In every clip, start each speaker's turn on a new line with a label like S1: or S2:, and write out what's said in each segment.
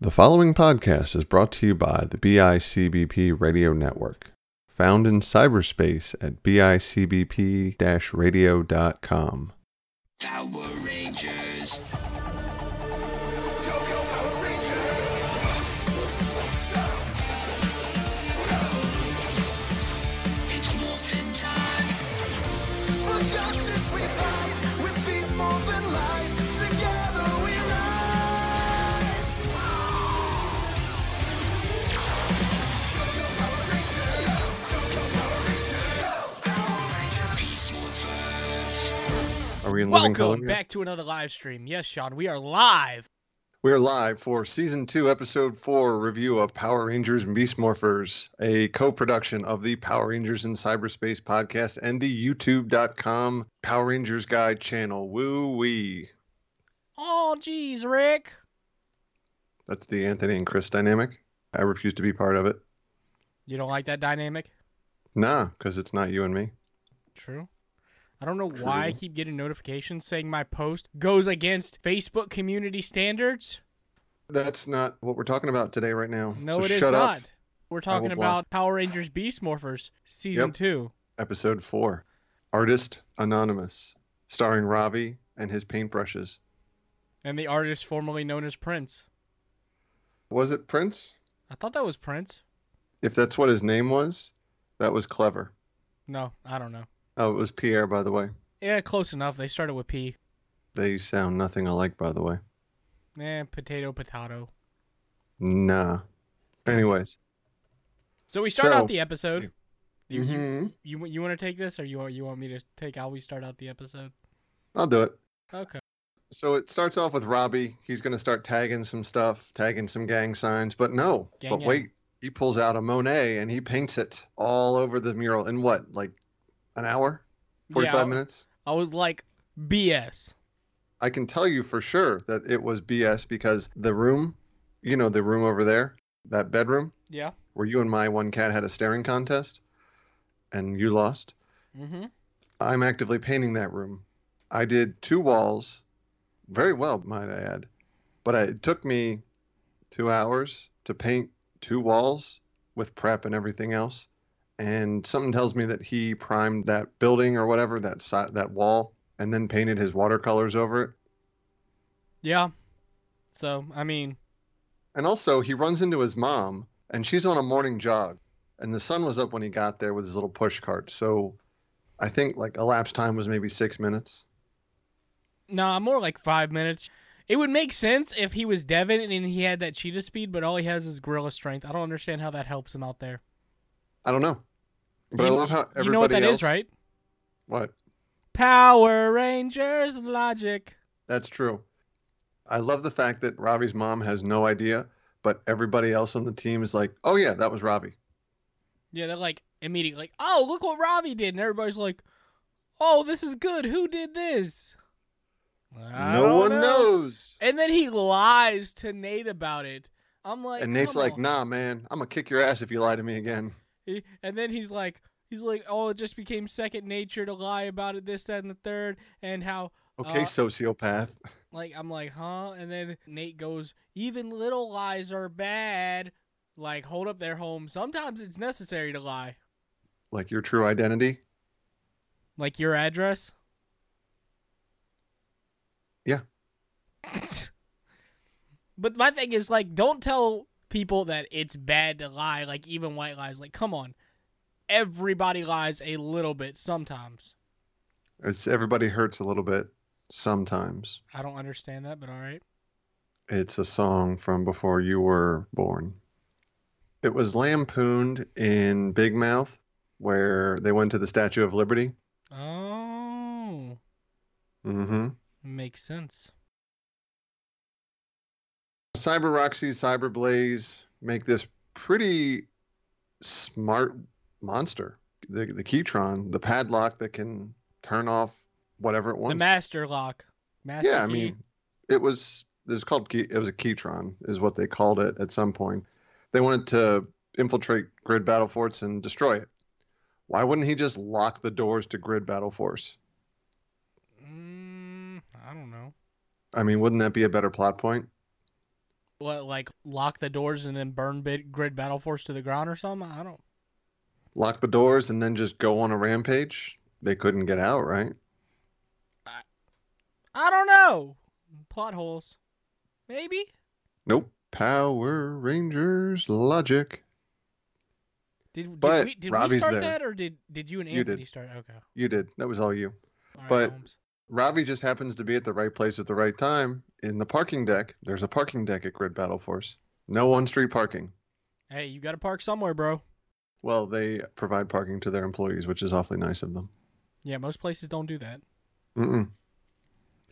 S1: The following podcast is brought to you by the BICBP Radio Network, found in cyberspace at bicbp radio.com.
S2: Power Rangers. It's morphin' time.
S3: For justice we fight with peace more than light. Together we rise.
S2: Peace Morphers.
S1: Are we in living
S4: Welcome
S1: color? yet?
S4: back to another live stream. Yes, Sean, we are live.
S1: We're live for season two, episode four review of Power Rangers and Beast Morphers, a co production of the Power Rangers in Cyberspace podcast and the YouTube.com Power Rangers Guide channel. Woo wee.
S4: Oh, geez, Rick.
S1: That's the Anthony and Chris dynamic. I refuse to be part of it.
S4: You don't like that dynamic?
S1: Nah, because it's not you and me.
S4: True. I don't know why I
S1: True.
S4: keep getting notifications saying my post goes against Facebook community standards.
S1: That's not what we're talking about today, right now.
S4: No,
S1: so
S4: it is
S1: shut
S4: not.
S1: up. I
S4: We're
S1: will
S4: talking
S1: block.
S4: about Power Rangers Beast Morphers Season
S1: Yep.
S4: 2.
S1: Episode four, Artist Anonymous, starring Robbie and his paintbrushes.
S4: And the artist formerly known as Prince.
S1: Was it Prince?
S4: I thought that was Prince.
S1: If that's what his name was, that was clever.
S4: No, I don't know.
S1: Oh, it was Pierre, by the way.
S4: Yeah, close enough. They started with P.
S1: They sound nothing alike, by the way.
S4: Eh, potato, potato.
S1: Nah. Anyways.
S4: So we start
S1: So-
S4: out the episode. You- you-
S1: Mhm.
S4: You you want to take this, or you want you want me to take how we start out the episode?
S1: I'll do it.
S4: Okay.
S1: So it starts off with Robbie. He's going to start tagging some stuff, tagging some gang signs, but no.
S4: Gang
S1: but
S4: gang.
S1: wait, he pulls out a Monet and he paints it all over the mural in what, like an hour? 45
S4: Yeah, I-
S1: minutes?
S4: I was like, BS.
S1: I can tell you for sure that it was BS because the room, you know, the room over there, that bedroom
S4: Yeah.
S1: where you and my one cat had a staring contest and you lost,
S4: Mm-hmm.
S1: I'm actively painting that room. I did two walls very well, might I add, but I, it took me two hours to paint two walls with prep and everything else. And something tells me that he primed that building or whatever, that, si- that wall, and then painted his watercolors over it.
S4: Yeah. So I mean,
S1: And also, he runs into his mom, and she's on a morning jog. And the sun was up when he got there with his little push cart. So I think like elapsed time was maybe six minutes.
S4: nah, more like five minutes. It would make sense if he was Devin and he had that cheetah speed, but all he has is gorilla strength. I don't understand how that helps him out there.
S1: I don't know. But I
S4: You-
S1: love how everybody
S4: you know what that is,
S1: else-
S4: right?
S1: What?
S4: Power Rangers logic.
S1: That's true. I love the fact that Robbie's mom has no idea, but everybody else on the team is like, oh, yeah, that was Robbie.
S4: Yeah, they're like immediately like, oh, look what Ravi did, and everybody's like, oh, this is good. Who did this? I
S1: no
S4: don't
S1: one
S4: know.
S1: knows.
S4: And then he lies to Nate about it. I'm like,
S1: and Nate's
S4: come
S1: like,
S4: on.
S1: nah, man, I'm going to kick your ass if you lie to me again.
S4: He- And then he's like, he's like, oh, it just became second nature to lie about it, this, that, and the third, and how,
S1: Okay,
S4: Uh,
S1: sociopath.
S4: like, I'm like, huh? And then Nate goes, even little lies are bad. Like, hold up their home. Sometimes it's necessary to lie.
S1: Like your true identity.
S4: Like your address?
S1: Yeah.
S4: but my thing is like don't tell people that it's bad to lie, like even white lies. Like come on. Everybody lies a little bit sometimes.
S1: It's everybody hurts a little bit sometimes.
S4: I don't understand that, but all right.
S1: It's a song from before you were born. It was lampooned in Big Mouth, where they went to the Statue of Liberty.
S4: Oh,
S1: Mm-hmm.
S4: makes sense.
S1: Cyber Roxy, Cyber Blaze make this pretty smart monster. The the Keytron, the padlock that can turn off whatever it wants.
S4: The master lock. Master
S1: yeah, I
S4: key.
S1: mean, it was it was called key, it was a keytron is what they called it at some point. They wanted to infiltrate grid battle forts and destroy it. Why wouldn't he just lock the doors to grid battle force?
S4: Mm, I don't know.
S1: I mean, wouldn't that be a better plot point?
S4: What like lock the doors and then burn bit grid battle force to the ground or something? I don't.
S1: Lock the doors and then just go on a rampage. They couldn't get out, right?
S4: I don't know. Plot holes. Maybe.
S1: Nope. Power Rangers logic.
S4: Did, did
S1: But
S4: we did we
S1: Robbie's
S4: start
S1: there.
S4: that or did did you and
S1: You
S4: Anthony
S1: did.
S4: start? Okay. All
S1: You did. That was all you.
S4: right,
S1: But-
S4: Holmes.
S1: Robbie just happens to be at the right place at the right time in the parking deck. There's a parking deck at Grid Battle Force. No on street parking.
S4: hey, you got to park somewhere, bro.
S1: Well, they provide parking to their employees, which is awfully nice of them.
S4: Yeah, most places don't do that.
S1: Mm-mm.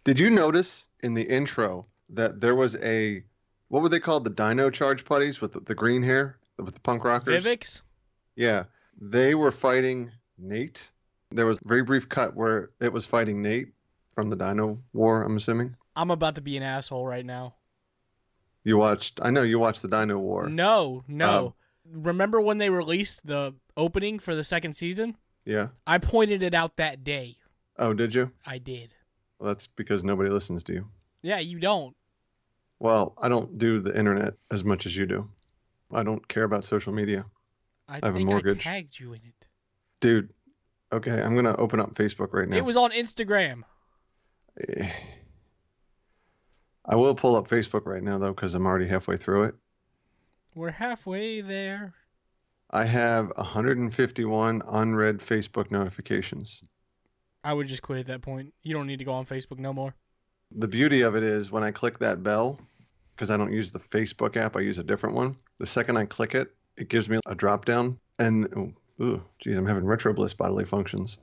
S1: Did you notice in the intro that there was a what were they called? The Dino Charge putties with the, the green hair with the punk rockers.
S4: Vivix.
S1: Yeah, they were fighting Nate. There was a very brief cut where it was fighting Nate from the Dino War. I'm assuming
S4: I'm about to be an asshole right now.
S1: you watched. I know you watched the Dino War.
S4: No,
S1: um,
S4: no. Remember when they released the opening for the second season?
S1: Yeah.
S4: I pointed it out that day.
S1: Oh, did you?
S4: I did.
S1: Well, that's because nobody listens to you.
S4: Yeah, you don't.
S1: Well, I don't do the internet as much as you do. I don't care about social media.
S4: I,
S1: have a
S4: think
S1: mortgage.
S4: I tagged you in it.
S1: Dude, okay, I'm going to open up Facebook right now.
S4: It was on Instagram.
S1: Eh. I will pull up Facebook right now, though, because I'm already halfway through it.
S4: We're halfway there.
S1: I have 151 unread Facebook notifications.
S4: I would just quit at that point. You don't need to go on Facebook no more.
S1: The beauty of it is when I click that bell, because I don't use the Facebook app, I use a different one. The second I click it, it gives me a drop down. And, ooh, ooh, geez, I'm having retro bliss bodily functions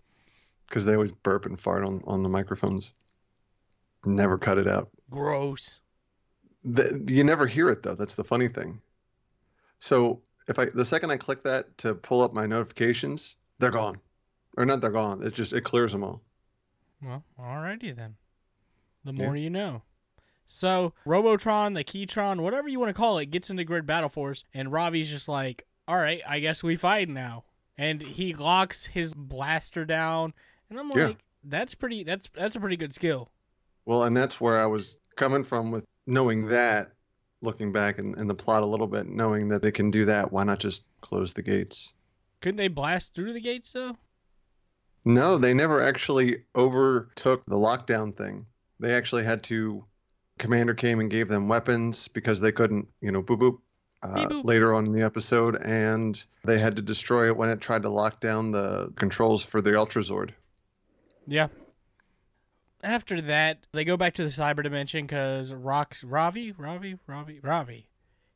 S1: because they always burp and fart on, on the microphones. Never cut it out.
S4: Gross.
S1: the, you never hear it though that's the funny thing so if i the second i click that to pull up my notifications they're gone or not they're gone it just it clears them all
S4: Well, alrighty then. The
S1: Yeah.
S4: more you know. So Robotron, the Keytron, whatever you want to call it, gets into Grid Battle Force, and Robbie's just like, "All right, I guess we fight now." And he locks his blaster down, and I'm like,
S1: Yeah.
S4: "That's pretty. That's that's a pretty good skill."
S1: well and that's where i was coming from with knowing that looking back in, in the plot a little bit knowing that they can do that why not just close the gates
S4: Couldn't they blast through the gates though?
S1: no they never actually overtook the lockdown thing they actually had to commander came and gave them weapons because they couldn't you know boop boop uh,
S4: Beep boop.
S1: later on in the episode, and they had to destroy it when it tried to lock down the controls for the Ultrazord.
S4: Yeah. After that, they go back to the cyber dimension because Rock's Ravi, Ravi, Ravi, Ravi.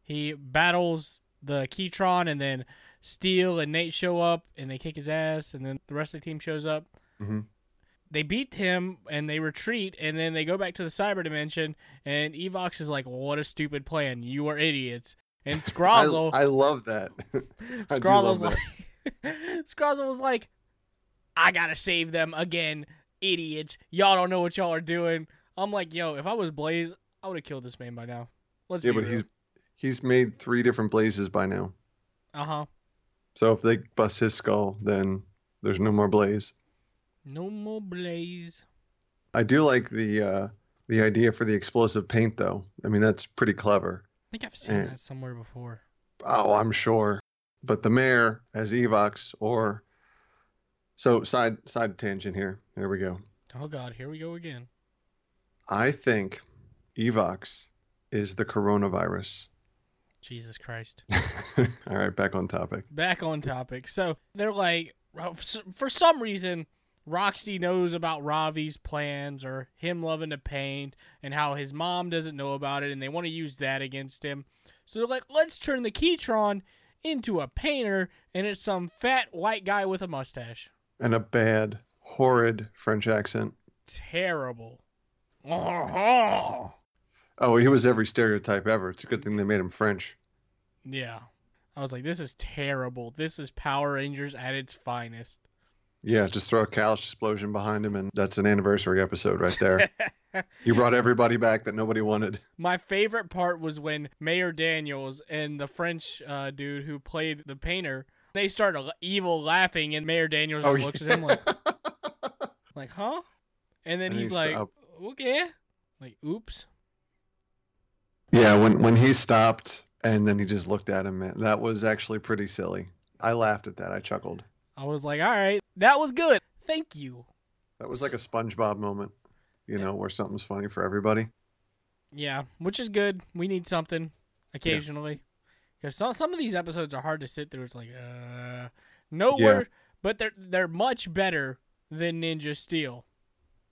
S4: He battles the Keytron, and then Steel and Nate show up, and they kick his ass, and then the rest of the team shows up.
S1: Mhm.
S4: They beat him, and they retreat, and then they go back to the cyber dimension. And Evox is like, "What a stupid plan! You are idiots." And
S1: I,
S4: Scrozzle,
S1: I love that. I do
S4: Scrozzle's
S1: love
S4: like, Scrozzle was like, I gotta save them again, idiots. Y'all don't know what y'all are doing. I'm like, yo, if I was Blaze, I would have killed this man by now. Let's
S1: yeah,
S4: be
S1: but he's he's made three different blazes by now.
S4: uh huh.
S1: So if they bust his skull, then there's no more blaze.
S4: No more Blaze.
S1: I do like the uh, the idea for the explosive paint, though. I mean, that's pretty clever.
S4: I think I've seen
S1: Eh.
S4: that somewhere before.
S1: Oh, I'm sure. But the mayor as Evox or so side side tangent here. Here we go.
S4: Oh God, here we go again.
S1: I think Evox is the coronavirus.
S4: Jesus Christ.
S1: All right, back on topic.
S4: Back on topic. So they're like, for some reason, Roxy knows about Ravi's plans or him loving to paint and how his mom doesn't know about it, and they want to use that against him. So they're like, let's turn the Keytron into a painter, and it's some fat white guy with a mustache.
S1: And a bad, horrid French accent.
S4: Terrible. Yeah.
S1: Oh, he was every stereotype ever. It's a good thing they made him French.
S4: I was like, this is terrible. This is Power Rangers at its finest.
S1: Yeah, just throw a couch explosion behind him, and that's an anniversary episode right there. you brought everybody back that nobody wanted.
S4: My favorite part was when Mayor Daniels and the French uh, dude who played the painter they start a- evil laughing, and Mayor Daniels
S1: Oh,
S4: just looks at him like, like, huh? And then
S1: And
S4: he's
S1: he's
S4: like,
S1: up.
S4: okay, like, oops.
S1: Yeah, when when he stopped and then he just looked at him, man, that was actually pretty silly. I laughed at that. I chuckled.
S4: I was like, all right, that was good. Thank you.
S1: That was like a SpongeBob moment, you know, where something's funny for everybody.
S4: Yeah, which is good. We need something occasionally because some some of these episodes are hard to sit through. It's like, uh, nowhere, but they're they're much better than Ninja Steel,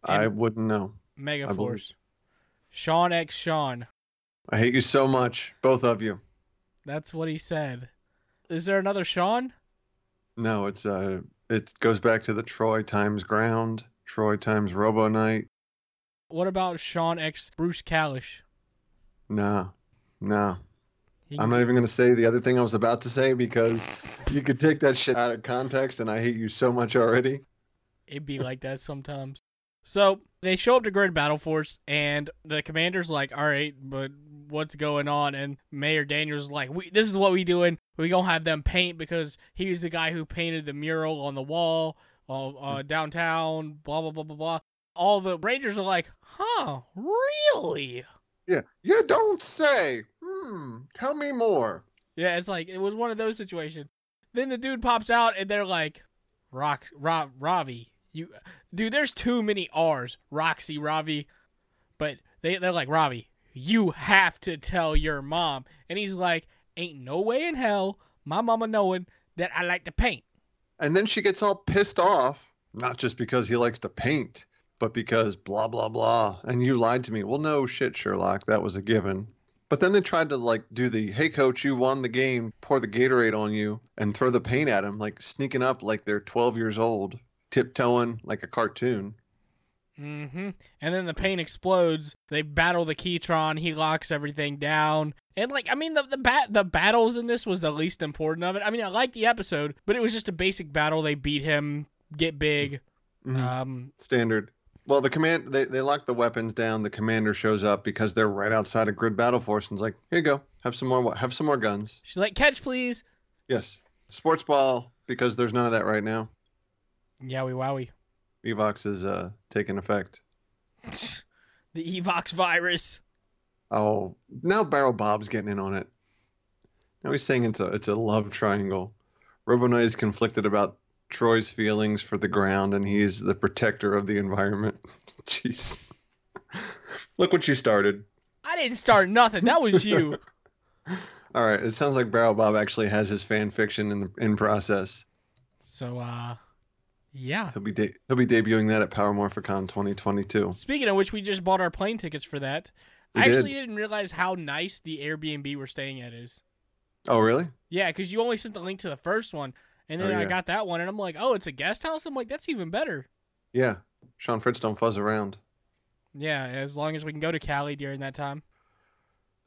S1: I
S4: And-
S1: wouldn't know.
S4: Mega
S1: believe-
S4: Force, Sean X Sean.
S1: I hate you so much, both of you.
S4: That's what he said. Is there another Sean?
S1: No, it's uh, it goes back to the Troy times ground, Troy times Robo Knight.
S4: What about Sean X Bruce Kalish?
S1: Nah, nah.
S4: He-
S1: I'm not even gonna say the other thing I was about to say because you could take that shit out of context, and I hate you so much already.
S4: It'd be like that sometimes. So they show up to Grid Battle Force, and the commander's like, "All right, but what's going on?" And Mayor Daniels is like, "We this is what we doing. We gonna have them paint because he was the guy who painted the mural on the wall uh, uh,
S1: Mm.
S4: downtown. Blah blah blah blah blah." All the Rangers are like, "Huh? Really?"
S1: Yeah, you don't say. Hmm. Tell me more.
S4: Yeah, it's like it was one of those situations. Then the dude pops out and they're like, "Rock, Rob, Ravi, you, dude." There's too many R's, Roxy, Ravi, but they they're like Ravi. You have to tell your mom, and he's like, "Ain't no way in hell my mama knowing that I like to paint."
S1: And then she gets all pissed off, not just because he likes to paint, but because blah, blah, blah. And you lied to me. Well, no shit, Sherlock. That was a given. But then they tried to, like, do the hey, coach, you won the game, pour the Gatorade on you, and throw the paint at him, like sneaking up like they're 12 years old, tiptoeing like a cartoon.
S4: Mm-hmm. And then the paint explodes. They battle the Keytron. He locks everything down. And like, I mean, the the bat the battles in this was the least important of it. I mean, I like the episode, but it was just a basic battle. They beat him, get big.
S1: Mhm.
S4: Um,
S1: Standard. Well, the command, they, they lock the weapons down. The commander shows up because they're right outside of Grid Battle Force and's like, here you go. Have some more, wa- have some more guns.
S4: she's like, catch, please.
S1: Yes. Sports ball, because there's none of that right now.
S4: Yowie wowie.
S1: Evox is uh, taking effect.
S4: The Evox virus.
S1: Oh, now Barrel Bob's getting in on it. Now he's saying it's a it's a love triangle. Robonoy is conflicted about Troy's feelings for the ground, and he is the protector of the environment. Jeez, look what you started.
S4: I didn't start nothing. That was you.
S1: All right, it sounds like Barrel Bob actually has his fan fiction in the, in process.
S4: so, uh, yeah.
S1: He'll be de- he'll be debuting that at Power Morphicon 2022.
S4: Speaking of which, we just bought our plane tickets for that.
S1: We
S4: I
S1: did.
S4: actually didn't realize how nice the Airbnb we're staying at is.
S1: Oh, really?
S4: Yeah, because you only sent the link to the first one, and then
S1: Oh,
S4: I
S1: yeah.
S4: got that one, and I'm like, oh, it's a guest house. I'm like, that's even better.
S1: Yeah. Sean Fritz don't fuzz around.
S4: Yeah, as long as we can go to Cali during that time.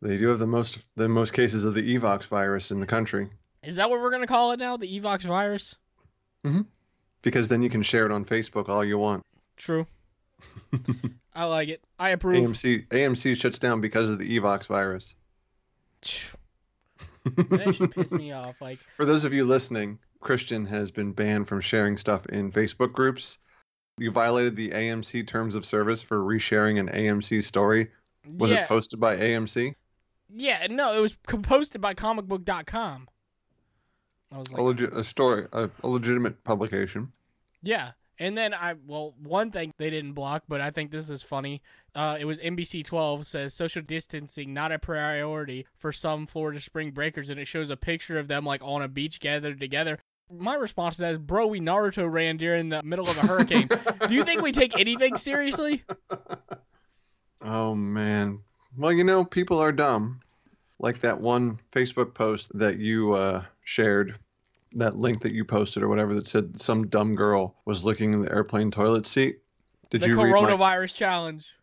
S1: They do have the most the most cases of the Evox virus in the country
S4: Is that what we're gonna call it now? The Evox virus?
S1: because then you can share it on Facebook all you want.
S4: True. I like it. I approve.
S1: AMC AMC shuts down because of the Evox virus.
S4: that should piss me off. Like,
S1: For those of you listening, Christian has been banned from sharing stuff in Facebook groups. You violated the AMC terms of service for resharing an AMC story. Was
S4: yeah,
S1: it posted by AMC?
S4: yeah, no, it was co- posted by comicbook.com. I was like,
S1: A, legi- a story, a, a legitimate publication.
S4: Yeah. And then I well, one thing they didn't block, but I think this is funny. Uh, it was NBC 12 says social distancing not a priority for some Florida spring breakers, and it shows a picture of them like on a beach gathered together. My response to that is, bro, we Naruto ran during the middle of a hurricane. Do you think we take anything seriously?
S1: Oh man. Well, you know, people are dumb. Like that one Facebook post that you uh, shared, that link that you posted or whatever that said some dumb girl was looking in the airplane toilet seat. Did
S4: the
S1: you read my?
S4: coronavirus challenge.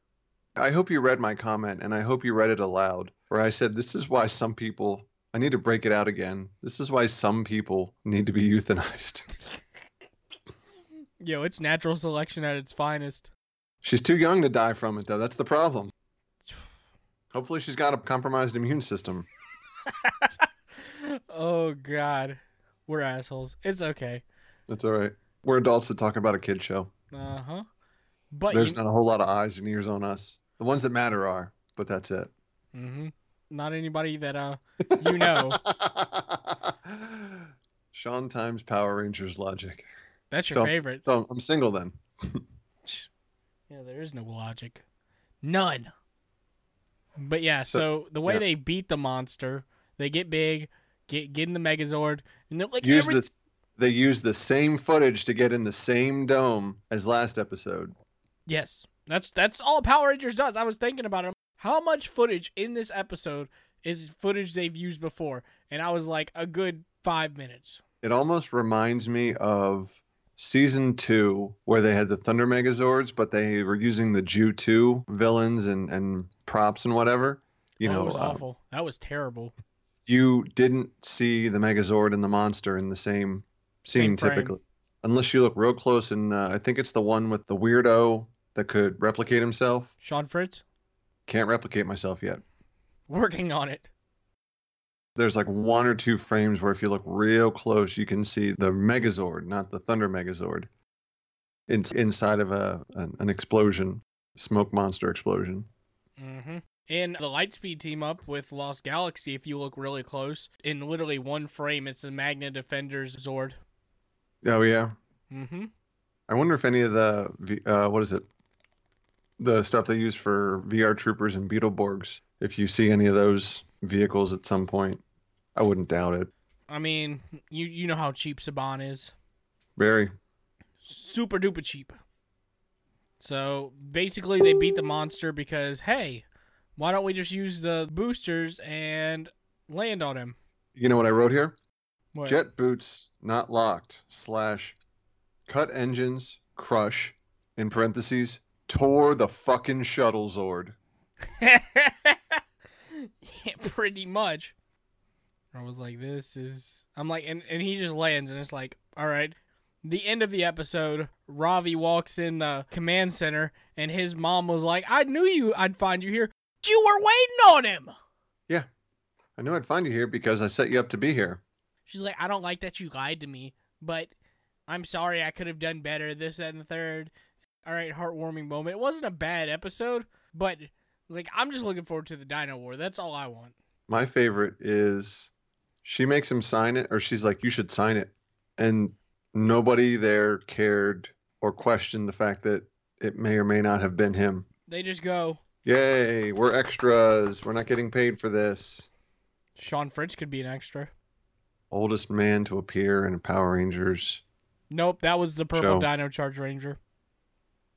S1: I hope you read my comment and I hope you read it aloud. Where I said, "This is why some people." I need to break it out again. This is why some people need to be euthanized.
S4: Yo, it's natural selection at its finest.
S1: She's too young to die from it, though. That's the problem. Hopefully, she's got a compromised immune system.
S4: Oh God, we're assholes. It's okay.
S1: That's all right. We're adults that talk about a kid show.
S4: Uh huh. But
S1: There's
S4: you-
S1: not a whole lot of eyes and ears on us. The ones that matter are, but that's it.
S4: hmm not anybody that uh you know.
S1: Sean times Power Rangers logic.
S4: That's your
S1: so,
S4: favorite.
S1: So I'm single then.
S4: Yeah, there is no logic. None. But yeah, so,
S1: So-
S4: the way
S1: yeah.
S4: they beat the monster, they get big, get get in the Megazord, and they're like
S1: Use
S4: every-
S1: this. They use the same footage to get in the same dome as last episode.
S4: Yes. That's that's all Power Rangers does. I was thinking about it. How much footage in this episode is footage they've used before? And I was like a good 5 minutes.
S1: It almost reminds me of season two, where they had the Thunder Megazords, but they were using the Jew 2 villains and, and props and whatever. You
S4: Oh,
S1: know,
S4: it was
S1: uh,
S4: awful. That was terrible.
S1: you didn't see the Megazord and the monster in the same scene
S4: Same frame.
S1: typically, unless you look real close. And uh, I think it's the one with the weirdo that could replicate himself.
S4: Sean Fritz
S1: Can't replicate myself yet.
S4: working on it.
S1: There's like one or two frames where if you look real close, you can see the Megazord, not the Thunder Megazord. It's inside of a an, an explosion, smoke monster explosion.
S4: Mm-hmm. And the Lightspeed team up with Lost Galaxy, if you look really close, in literally one frame, it's the Magna Defender's Zord.
S1: Oh yeah,
S4: Mm-hmm.
S1: I wonder if any of the V- uh, what is it, the stuff they use for VR troopers and Beetleborgs. If you see any of those vehicles at some point, I wouldn't doubt it.
S4: I mean, you you know how cheap Saban is.
S1: Very.
S4: Super duper cheap. So basically, they beat the monster because hey, why don't we just use the boosters and land on him?
S1: You know what I wrote here?
S4: What?
S1: Jet boots not locked slash cut engines crush in parentheses tore the fucking shuttle zord.
S4: yeah, pretty much. I was like, this is. I'm like, and, and he just lands, and it's like, all right. The end of the episode, Ravi walks in the command center, and his mom was like, I knew you, I'd find you here. You were waiting on him.
S1: I knew I'd find you here because I set you up to be here.
S4: She's like, I don't like that you lied to me, but I'm sorry, I could have done better, this, that, and the third. All right, heartwarming moment. It wasn't a bad episode, but like, I'm just looking forward to the Dino War. That's all I want.
S1: My favorite is she makes him sign it, or she's like, "You should sign it," and nobody there cared or questioned the fact that it may or may not have been him.
S4: They just go,
S1: Yay, we're extras. We're not getting paid for this.
S4: Sean Fritz could be an extra.
S1: Oldest man to appear in a Power Rangers.
S4: Nope, that was the
S1: Show.
S4: purple Dino Charge Ranger.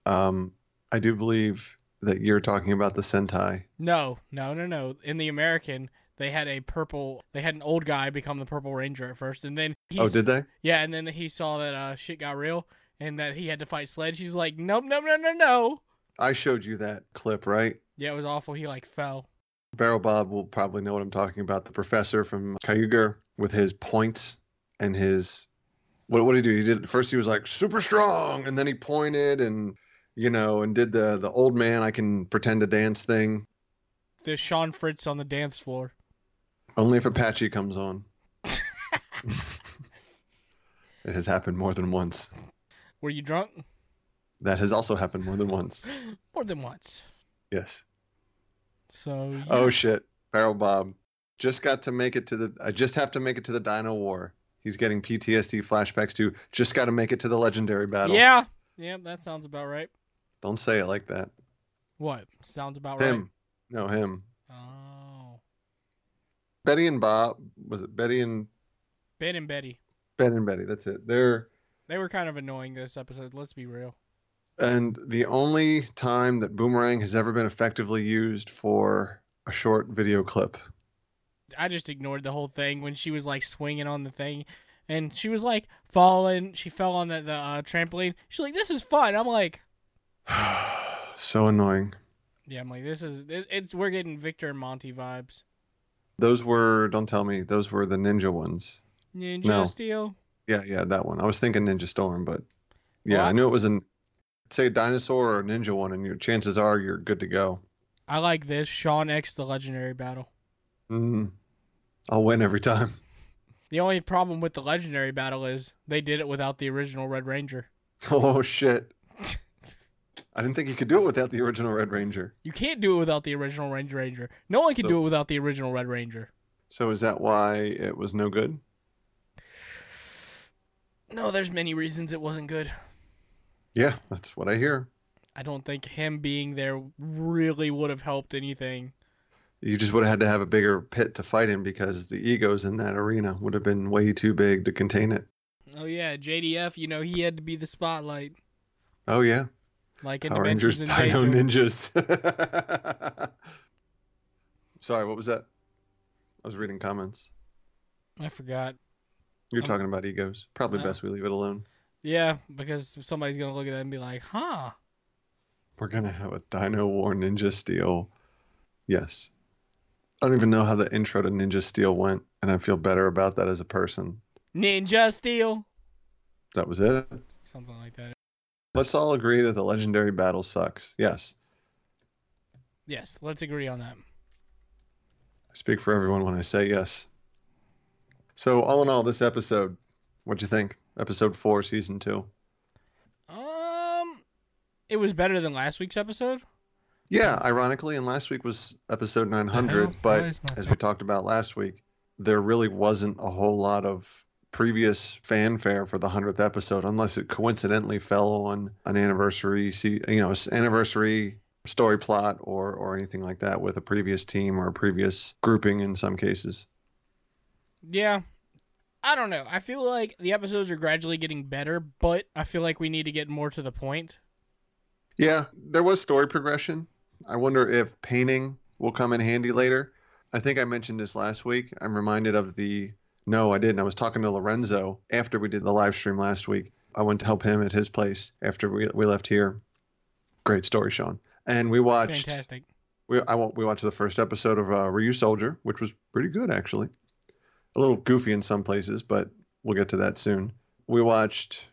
S1: Um, I do believe that you're talking about the Sentai.
S4: No, no, no, no. In the American, they had a purple. They had an old guy become the Purple Ranger at first, and then he.
S1: Oh, did they?
S4: Yeah, and then he saw that uh, shit got real, and that he had to fight Sledge. He's like, nope, no, no, no, no.
S1: I showed you that clip, right?
S4: Yeah, it was awful. He like fell.
S1: Barrel Bob will probably know what I'm talking about. The professor from Cayuga with his points and his what what did he do? He did first he was like super strong and then he pointed and you know and did the the old man I can pretend to dance thing.
S4: The Sean Fritz on the dance floor.
S1: Only if Apache comes on. it has happened more than once.
S4: Were you drunk?
S1: That has also happened more than once.
S4: More than once.
S1: Yes.
S4: So. yeah.
S1: Oh shit. Barrel Bob just got to make it to the I just have to make it to the Dino War. He's getting PTSD flashbacks to just got to make it to the legendary battle.
S4: Yeah. Yeah, that sounds about right.
S1: Don't say it like that.
S4: What? Sounds about
S1: Him. No, him.
S4: right. Oh.
S1: Betty and Bob, was it Betty and
S4: Ben and Betty.
S1: Ben and Betty, that's it. They're
S4: They were kind of annoying this episode. Let's be real.
S1: and the only time that boomerang has ever been effectively used for a short video clip.
S4: I just ignored the whole thing when she was like swinging on the thing, and she was like falling. She fell on the the uh, trampoline. She's like, "This is fun." I'm like,
S1: so annoying.
S4: "Yeah." I'm like, "This is it, it's we're getting Victor and Monty vibes."
S1: Those were don't tell me, those were the ninja ones.
S4: Ninja
S1: No.
S4: Steel.
S1: Yeah, yeah, that one. I was thinking Ninja Storm, but yeah,
S4: Well,
S1: I knew it was an say a dinosaur or a ninja one, and your chances are you're good to go.
S4: I like this Sean X the legendary battle.
S1: Mm, I'll win every time.
S4: The only problem with the legendary battle is they did it without the original Red Ranger.
S1: Oh shit! Oh, I didn't think you could do it without the original Red Ranger.
S4: You can't do it without the original Red Ranger. No one can
S1: So-
S4: do it without the original Red Ranger.
S1: So is that why it was no good?
S4: No, there's many reasons it wasn't good.
S1: Yeah, that's what I hear.
S4: I don't think him being there really would have helped anything.
S1: You just would have had to have a bigger pit to fight in because the egos in that arena would have been way too big to contain it.
S4: Oh yeah, JDF, you know, he had to be the spotlight.
S1: Oh yeah,
S4: Like in
S1: Power
S4: the
S1: Rangers,
S4: Rangers and
S1: Dino Ninjas. Sorry, what was that? I was reading comments.
S4: I forgot.
S1: You're
S4: Um,
S1: talking about egos. Probably
S4: uh,
S1: best we leave it alone.
S4: Yeah, because somebody's gonna look at that and be like, huh.
S1: We're gonna have a Dino War Ninja Steel. Yes. I don't even know how the intro to Ninja Steel went, and I feel better about that as a person.
S4: Ninja Steel.
S1: That was it.
S4: Something like that.
S1: Let's all agree that the legendary battle sucks. Yes.
S4: Yes, let's agree on that.
S1: I speak for everyone when I say yes. So all in all, this episode, what'd you think? Episode four, season two.
S4: Um it was better than last week's episode.
S1: Yeah, ironically, and last week was episode 900, but as we talked about last week, there really wasn't a whole lot of previous fanfare for the 100th episode unless it coincidentally fell on an anniversary, se- you know, s- anniversary story plot or or anything like that with a previous team or a previous grouping in some cases.
S4: Yeah. I don't know. I feel like the episodes are gradually getting better, but I feel like we need to get more to the point.
S1: Yeah, there was story progression. I wonder if painting will come in handy later. I think I mentioned this last week. I'm reminded of the no, I didn't. I was talking to Lorenzo after we did the live stream last week. I went to help him at his place after we, we left here. Great story, Sean. And we watched
S4: Fantastic.
S1: we I wa- we watched the first episode of uh, Ryu Soldier, which was pretty good actually. A little goofy in some places, but we'll get to that soon. We watched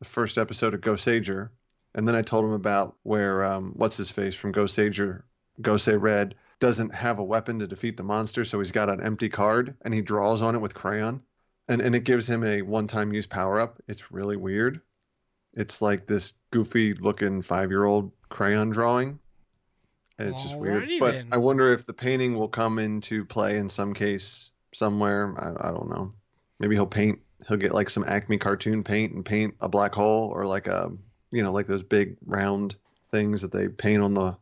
S1: the first episode of Ghost Sager, and then I told him about where um, what's his face from Ghost Sager, Gosei Red doesn't have a weapon to defeat the monster, so he's got an empty card and he draws on it with crayon, and and it gives him a one-time use power up. It's really weird. It's like this goofy looking five year old crayon drawing. And It's just weird.
S4: Alrighty
S1: But
S4: then.
S1: I wonder if the painting will come into play in some case somewhere. I, I don't know. Maybe he'll paint, he'll get like some Acme cartoon paint and paint a black hole or like a, you know, like those big round things that they paint on the,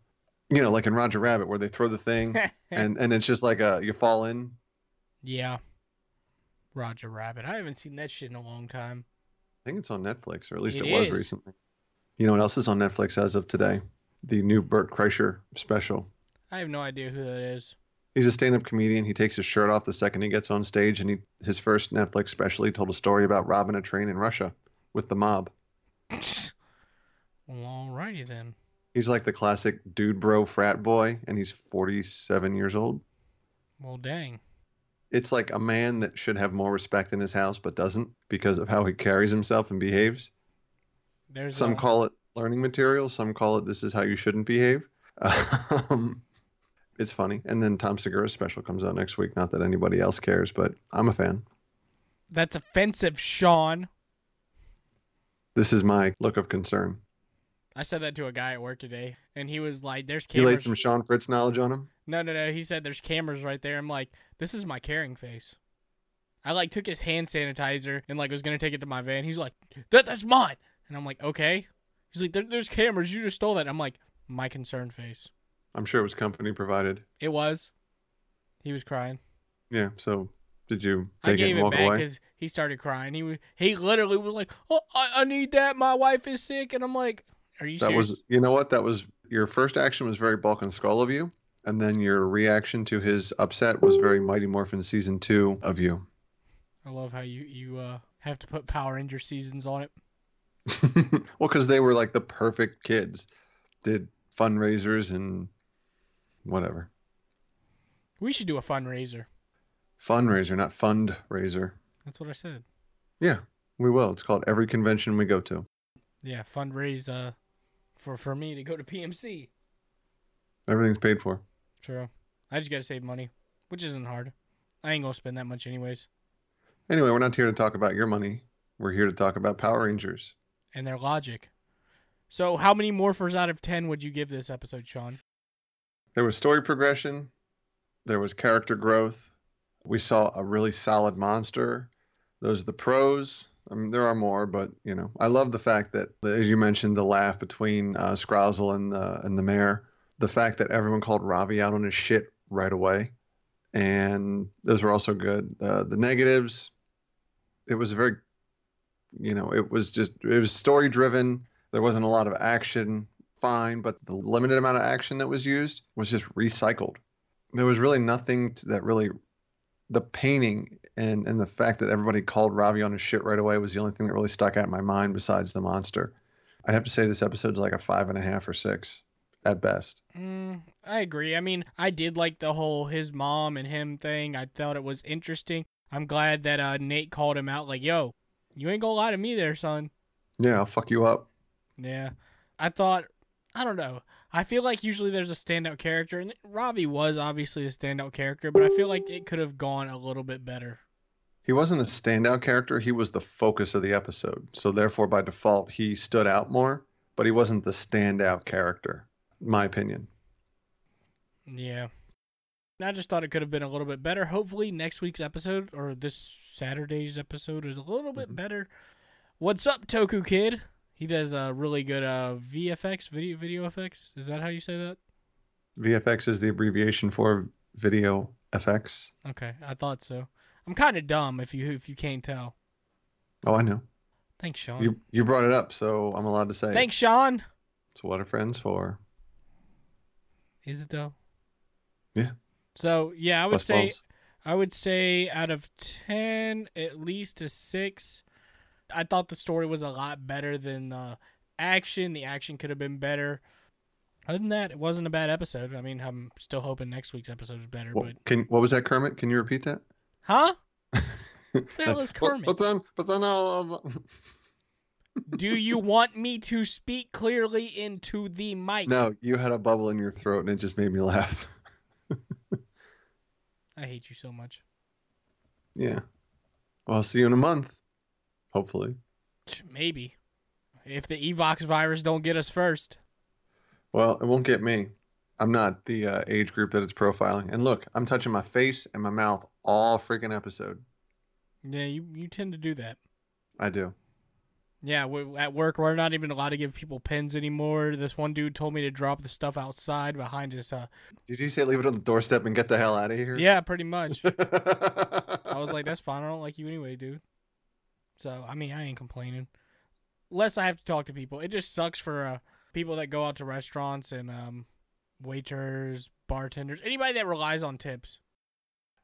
S1: you know, like in Roger Rabbit where they throw the thing and, and it's just like a, you fall in.
S4: yeah. Roger Rabbit. I haven't seen that shit in a long time.
S1: I think it's on Netflix, or at least
S4: It
S1: it, was
S4: is.
S1: recently. You know what else is on Netflix as of today? The new Burt Kreischer special.
S4: I have no idea who that is.
S1: He's a stand-up comedian. He takes his shirt off the second he gets on stage, and he, his first Netflix special, he told a story about robbing a train in Russia with the mob.
S4: well, alrighty then.
S1: He's like the classic dude bro frat boy, and he's 47 years old.
S4: Well, dang.
S1: It's like a man that should have more respect in his house but doesn't because of how he carries himself and behaves.
S4: There's
S1: Some
S4: a-
S1: call it learning material. Some call it this is how you shouldn't behave. Um, it's funny. And then Tom Segura's special comes out next week. Not that anybody else cares, but I'm a fan.
S4: That's offensive, Sean.
S1: This is my look of concern.
S4: I said that to a guy at work today, and he was like, "There's
S1: He laid
S4: cameras."
S1: some Sean Fritz knowledge on him.
S4: no, no, no. He said, "There's cameras right there." I'm like, "This is my caring face." I like took his hand sanitizer and like was gonna take it to my van. He's like, "That that's mine," and I'm like, "Okay." He's like, there, "There's cameras. You just stole that." I'm like, "My concerned face."
S1: I'm sure it was company provided.
S4: It was. He was crying.
S1: Yeah. So did you
S4: I
S1: take it
S4: gave
S1: and
S4: it
S1: walk
S4: back
S1: away?
S4: because he started crying. He was, he literally was like, "Oh, I, I need that. My wife is sick," and I'm like, "Are you
S1: That
S4: serious?"
S1: was, you know what? That was your first action was very Balkan Skull of you. And then your reaction to his upset was very Mighty Morphin season two of you.
S4: I love how you you uh, have to put Power Ranger seasons on it.
S1: well, because they were like the perfect kids, did fundraisers and whatever.
S4: We should do a fundraiser.
S1: Fundraiser, not fundraiser.
S4: That's what I said.
S1: Yeah, we will. It's called every convention we go to.
S4: Yeah, fundraise uh, for for me to go to PMC.
S1: Everything's paid for.
S4: True. I just gotta save money, which isn't hard. I ain't gonna spend that much anyways.
S1: Anyway, we're not here to talk about your money. We're here to talk about Power Rangers.
S4: And their logic. So, how many morphers out of 10 would you give this episode, Sean?
S1: There was story progression, there was character growth. We saw a really solid monster. Those are the pros. I mean, there are more, but you know, I love the fact that, as you mentioned, the laugh between uh, Scrozzle and the and the mayor. The fact that everyone called Ravi out on his shit right away, and those were also good. Uh, the negatives. It was very, you know, it was just it was story driven. There wasn't a lot of action. Fine, but the limited amount of action that was used was just recycled there was really nothing t that really the painting and and the fact that everybody called Ravi on his shit right away was the only thing that really stuck out in my mind besides the monster. I'd have to say this episode's like a five and a half or six at best.
S4: Mm, I agree. I mean, I did like the whole his mom and him thing. I thought it was interesting. I'm glad that uh, Nate called him out, like, yo, you ain't gonna lie to me there, son.
S1: Yeah, I'll fuck you up.
S4: Yeah. I thought, I don't know. I feel like usually there's a standout character, and Robbie was obviously a standout character, but I feel like it could have gone a little bit better.
S1: He wasn't a standout character, he was the focus of the episode. So therefore by default he stood out more, but he wasn't the standout character, in my opinion.
S4: Yeah. I just thought it could have been a little bit better. Hopefully, next week's episode or this Saturday's episode is a little bit
S1: Mhm.
S4: better. What's up, Toku Kid? He does uh, really good uh, VFX, video video effects. Is that how you say that?
S1: VFX is the abbreviation for video FX.
S4: Okay, I thought so. I'm kind of dumb if you if you can't tell.
S1: Oh, I know.
S4: Thanks, Sean.
S1: You you brought it up, so I'm allowed to say it.
S4: Thanks, Sean.
S1: It's what are friends for?
S4: Is it though?
S1: Yeah.
S4: So yeah, I would
S1: Plus
S4: say
S1: balls.
S4: I would say out of 10, at least a 6. I thought the story was a lot better than the action. The action could have been better. Other than that, it wasn't a bad episode. I mean, I'm still hoping next week's episode is better,
S1: What,
S4: but
S1: can what was that, Kermit? Can you repeat that?
S4: Huh? the hell is
S1: But-
S4: Kermit?
S1: But, then, but then, I'll, I'll-
S4: Do you want me to speak clearly into the mic?
S1: no, you had a bubble in your throat, and it just made me laugh.
S4: I hate you so much.
S1: yeah. Well, I'll see you in a month, hopefully.
S4: Maybe. If the Evox virus don't get us first.
S1: Well, it won't get me. I'm not the uh, age group that it's profiling. And look, I'm touching my face and my mouth all freaking episode.
S4: Yeah, you, you tend to do that.
S1: I do.
S4: Yeah, we, at work we're not even allowed to give people pens anymore. This one dude told me to drop the stuff outside behind his. Uh,
S1: Did you say leave it on the doorstep and get the hell out of here?
S4: yeah, pretty much. I
S1: I
S4: was like, that's fine. I don't like you anyway, dude. So I mean, I ain't complaining. Less I have to talk to people. It just sucks for uh, people that go out to restaurants and um, waiters, bartenders, anybody that relies on tips.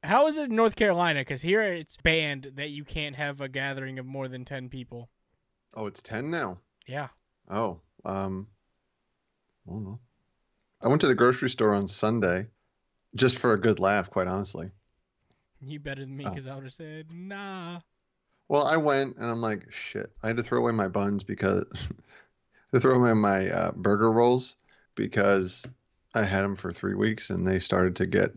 S4: How is it in North Carolina? Because here it's banned that you can't have a gathering of more than ten people.
S1: oh, it's 10 now.
S4: Yeah.
S1: Oh, um, I don't know. I went to the grocery store on Sunday just for a good laugh, quite honestly.
S4: You better than me
S1: Oh.
S4: because I would have said, nah.
S1: Well, I went and I'm like, shit, I had to throw away my buns because I had to throw away my uh, burger rolls because I had them for three weeks and they started to get,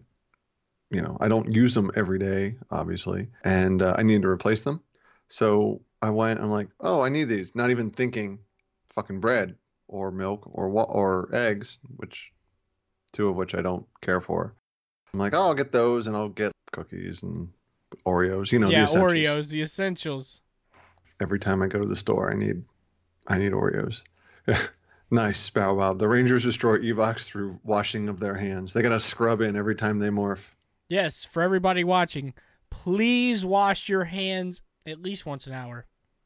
S1: you know, I don't use them every day, obviously, and uh, I needed to replace them. So I went, I'm like, oh, I need these, not even thinking fucking bread or milk or wa- or eggs, which two of which I don't care for. I'm like, oh, I'll get those and I'll get cookies and Oreos, you know, the
S4: yeah,
S1: essentials
S4: Oreos, the essentials.
S1: every time I go to the store, I need I need Oreos. nice, Bow Wow. The Rangers destroy Evox through washing of their hands. They got to scrub in every time they morph.
S4: Yes, for everybody watching, please wash your hands at least once an hour.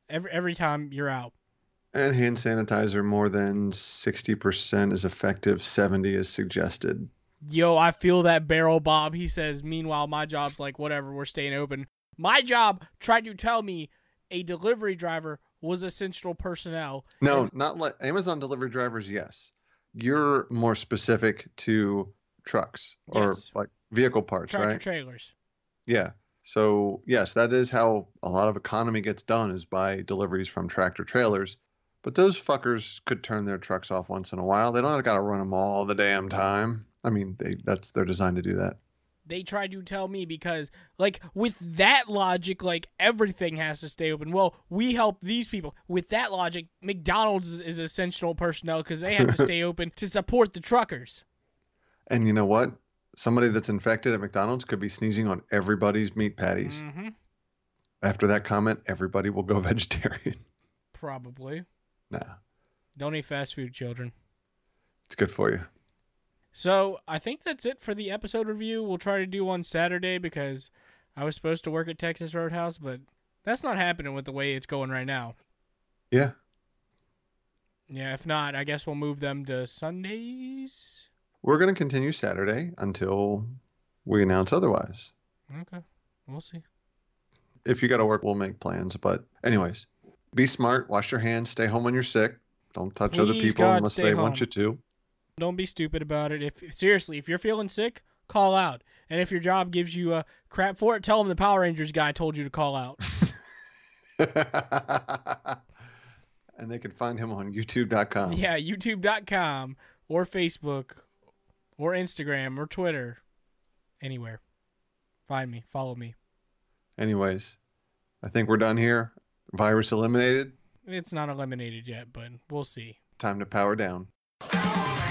S4: Every every time you're out.
S1: And hand sanitizer more than 60% is effective, 70 is suggested.
S4: Yo, I feel that barrel Bob. He says, meanwhile, my job's like whatever, we're staying open. My job tried to tell me a delivery driver was essential personnel.
S1: No,
S4: And-
S1: not like Amazon delivery drivers, yes. You're more specific to trucks or
S4: Yes.
S1: like vehicle parts,
S4: Tractor
S1: right?
S4: trailers.
S1: Yeah. So yes, that is how a lot of economy gets done is by deliveries from tractor trailers. But those fuckers could turn their trucks off once in a while. They don't got to run them all the damn time. I mean, they that's they're designed to do that.
S4: they tried to tell me because like with that logic like everything has to stay open well we help these people with that logic mcdonald's is, is essential personnel because they have to stay open to support the truckers
S1: And you know what? Somebody that's infected at McDonald's could be sneezing on everybody's meat patties.
S4: Mhm.
S1: After that comment, everybody will go vegetarian.
S4: probably
S1: nah,
S4: don't eat fast food children
S1: it's good for you.
S4: So I think that's it for the episode review. We'll try to do one Saturday because I was supposed to work at Texas Roadhouse, but that's not happening with the way it's going right now.
S1: Yeah.
S4: Yeah, if not, I guess we'll move them to Sundays.
S1: We're going to continue Saturday until we announce otherwise.
S4: Okay, we'll see.
S1: If you got to work, we'll make plans. But, anyways, be smart, wash your hands, stay home when you're sick. Don't touch other
S4: Please,
S1: people
S4: God,
S1: unless
S4: stay
S1: they
S4: home.
S1: want you to.
S4: Don't be stupid about it. If seriously, if you're feeling sick, call out. And if your job gives you a crap for it, tell them the Power Rangers guy told you to call out.
S1: and they can find him on youtube.com.
S4: yeah, YouTube.com or Facebook or Instagram or Twitter, anywhere. Find me, follow me.
S1: Anyways, I think we're done here. Virus eliminated.
S4: It's not eliminated yet, but we'll see.
S1: Time to power down.
S3: Power